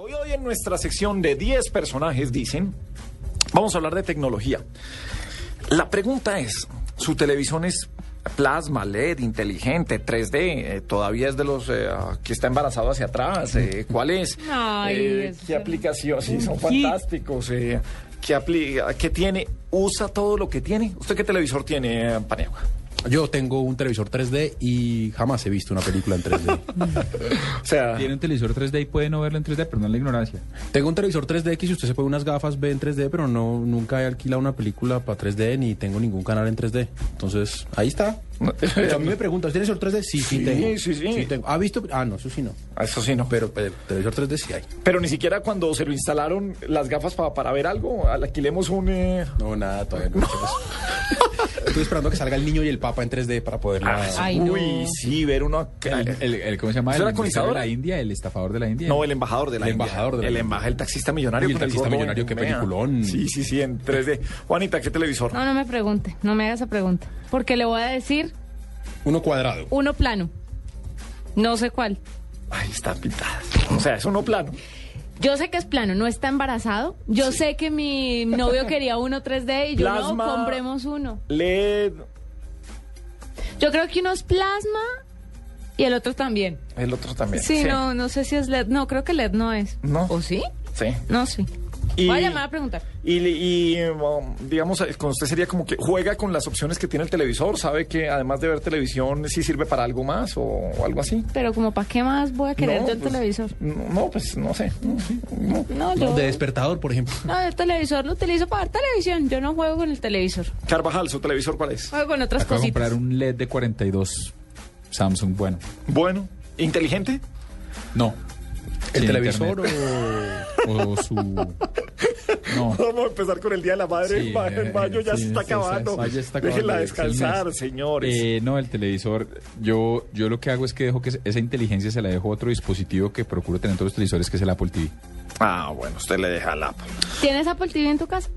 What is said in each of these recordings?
Hoy hoy en nuestra sección de 10 personajes dicen, vamos a hablar de tecnología. La pregunta es, ¿su televisión es plasma, LED, inteligente, 3D? eh, ¿Todavía es de los eh, ah, que está embarazado hacia atrás? eh, ¿Cuál es? Mm. Ay, Eh, eso ¿Qué es aplicación? Sí, son hit. fantásticos. eh, ¿qué, apli- ¿Qué tiene? ¿Usa todo lo que tiene? ¿Usted qué televisor tiene, eh, Paniagua? Yo tengo un televisor 3D y jamás he visto una película en 3D. O sea, Tiene un televisor 3D y puede no verlo en 3D, perdón la ignorancia. tengo un televisor 3D que si usted se pone unas gafas ve en 3D, pero no nunca he alquilado una película para 3D ni tengo ningún canal en 3D. Entonces, ahí está. Pero a mí me preguntas, ¿tienes televisor 3D? Sí, sí, Sí, tengo. sí, sí. tengo. ¿Ha visto? Ah, no, eso sí no. eso sí, no. Pero eh, televisor 3D sí hay. Pero ni siquiera cuando se lo instalaron las gafas pa- para ver algo, alquilemos un... eh, No, nada, todavía no. Estoy esperando a que salga el niño y el papa en 3D para poderla... Ay, no. Ah, Uy, sí, ver uno... eh, El, el- el- ¿Cómo se llama? ¿Eso El era de la colonizador? India, el estafador de la India. No, el embajador de la El India. embajador de la el India. embajador, el taxista millonario. Uy, el con taxista gordo millonario, qué Benjumea. peliculón. Sí, sí, sí, en 3D. Juanita, ¿qué televisor? No, no me pregunte, no me haga esa pregunta. Porque le voy a decir Uno cuadrado. uno plano. No sé cuál. Ay, está pintada. O sea, es uno plano. Yo sé que es plano, no está embarazado. Yo sé que mi novio quería uno 3D y yo Plasma. no, compremos uno. LED, Yo creo que uno es plasma y el otro también. el otro también. Sí, no, no sé si es LED. No, creo que LED no es. No. ¿O sí? Sí. No, sí. Y- Voy a llamar a preguntar. Y, le- y um, digamos, eh, con usted sería como que juega con las opciones que tiene el televisor, sabe que además de ver televisión, sí sirve para algo más o, o algo así. Pero como, ¿para qué más voy a querer No, yo el pues, televisor? No, no, pues no sé. No, sí, no. No, yo... No, de despertador, por ejemplo. No, el televisor lo utilizo para ver televisión. Yo no juego con el televisor. Carvajal, ¿su televisor cuál es? Juego con otras Acabo de cositas. comprar un LED de 42 Samsung, bueno. Bueno, inteligente. No. ¿El Sin televisor internet. o...? o su... No. Vamos a empezar con el Día de la Madre. Sí, eh, el, ma- el mayo ya sí, se está sí, sí, acabando. sí, ya está acabando. Déjenla Es el descansar, mes. señores. Eh, no, el televisor. Yo, yo lo que hago es que dejo que se- esa inteligencia se la dejo a otro dispositivo que procuro tener en todos los televisores, que es el Apple TV. Ah, bueno, usted le deja la... ¿Tienes Apple TV en tu casa?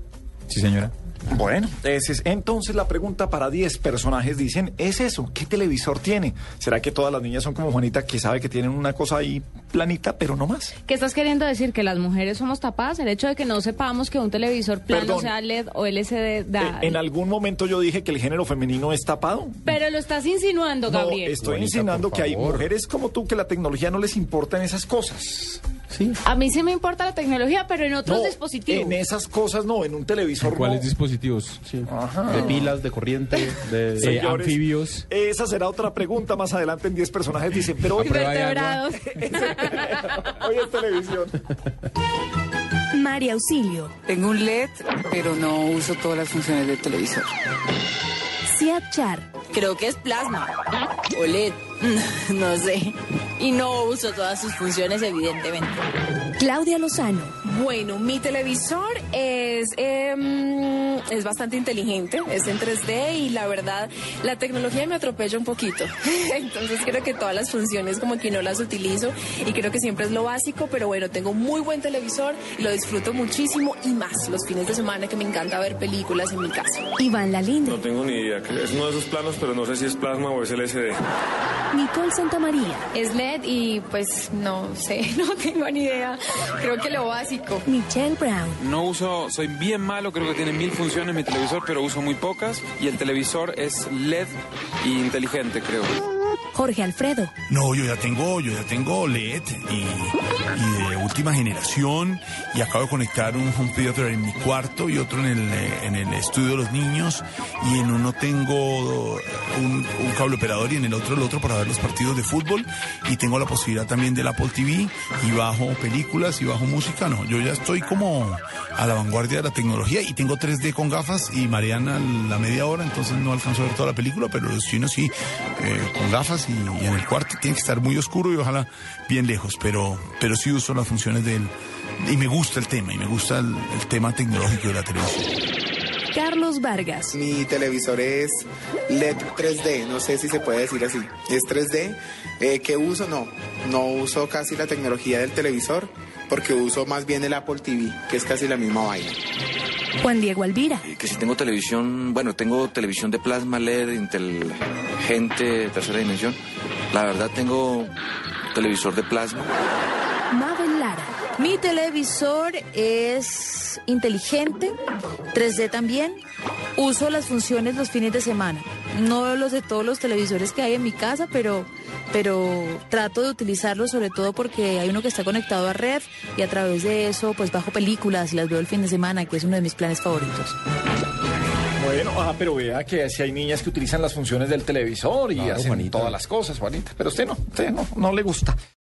Sí, señora. Bueno, ese es. entonces la pregunta para 10 personajes dicen, es eso, ¿qué televisor tiene? ¿Será que todas las niñas son como Juanita que sabe que tienen una cosa ahí planita, pero no más? ¿Qué estás queriendo decir? ¿Que las mujeres somos tapadas? El hecho de que no sepamos que un televisor plano Perdón. sea LED o LCD da... Eh, en algún momento yo dije que el género femenino es tapado. Pero lo estás insinuando, No, Gabriel. estoy Juanita, insinuando por que hay favor. mujeres como tú que la tecnología no les importan esas cosas. Sí. A mí sí me importa la tecnología, pero en otros No, dispositivos. En esas cosas no, en un televisor. ¿Cuáles no. dispositivos? Sí. De pilas, de corriente, de... Sí. Eh, Señores, anfibios. Esa será otra pregunta más adelante en 10 personajes. Dicen, pero hoy, prueba de agua. Invertebrados. hoy es televisión. María Auxilio, Tengo un LED, pero no uso todas las funciones del televisor. Siad Char, Creo que es plasma. O LED. No sé. Y no uso todas sus funciones, evidentemente. Claudia Lozano, Bueno, mi televisor es, em, es bastante inteligente, es en 3D y la verdad la tecnología me atropella un poquito. Entonces creo que todas las funciones como que no las utilizo y creo que siempre es lo básico, pero bueno, tengo un muy buen televisor y lo disfruto muchísimo y más los fines de semana que me encanta ver películas en mi casa. Iván No Lalinde, tengo ni idea. Es uno de esos planos, pero no sé si es plasma o es LCD. Nicole Santamaría, Es LED y pues no sé, no tengo ni idea. Creo que lo básico. Michelle Brown, No uso, soy bien malo, creo que tiene mil funciones mi televisor, pero uso muy pocas. Y el televisor es LED e inteligente, creo. Jorge Alfredo, No, yo ya tengo, yo ya tengo LED y, y de última generación. Y acabo de conectar un home theater en mi cuarto y otro en el, eh, en el estudio de los niños. Y en uno tengo eh, un, un cable operador y en el otro el otro para ver los partidos de fútbol. Y tengo la posibilidad también del Apple TV y bajo películas y bajo música. No, yo ya estoy como a la vanguardia de la tecnología y tengo 3D con gafas y Mariana la media hora, entonces no alcanzo a ver toda la película, pero los chinos sí, eh, con gafas y, y en el cuarto tiene que estar muy oscuro y ojalá bien lejos, pero, pero sí uso las funciones. funciones del... Y me gusta el tema, y me gusta el, el tema tecnológico de la televisión. Carlos Vargas. Mi televisor es E LED 3D, no sé si se puede decir así. Es 3D. Eh, ¿Qué uso? No, no uso casi la tecnología del televisor porque uso más bien el Apple TV, que es casi la misma vaina. Juan Diego Alvira. Que si tengo televisión, bueno, tengo televisión de plasma LED, inteligente, tercera dimensión. La verdad tengo televisor de plasma. Mabel Lara. Mi televisor es inteligente, 3D también. Uso las funciones los fines de semana. No veo los de todos los televisores que hay en mi casa, pero, pero trato de utilizarlos sobre todo porque hay uno que está conectado a red y a través de eso pues bajo películas y las veo el fin de semana, que es uno de mis planes favoritos. Bueno, ah, pero vea que si hay niñas que utilizan las funciones del televisor y hacen todas las cosas, Juanita. Pero usted no, usted no, no le gusta.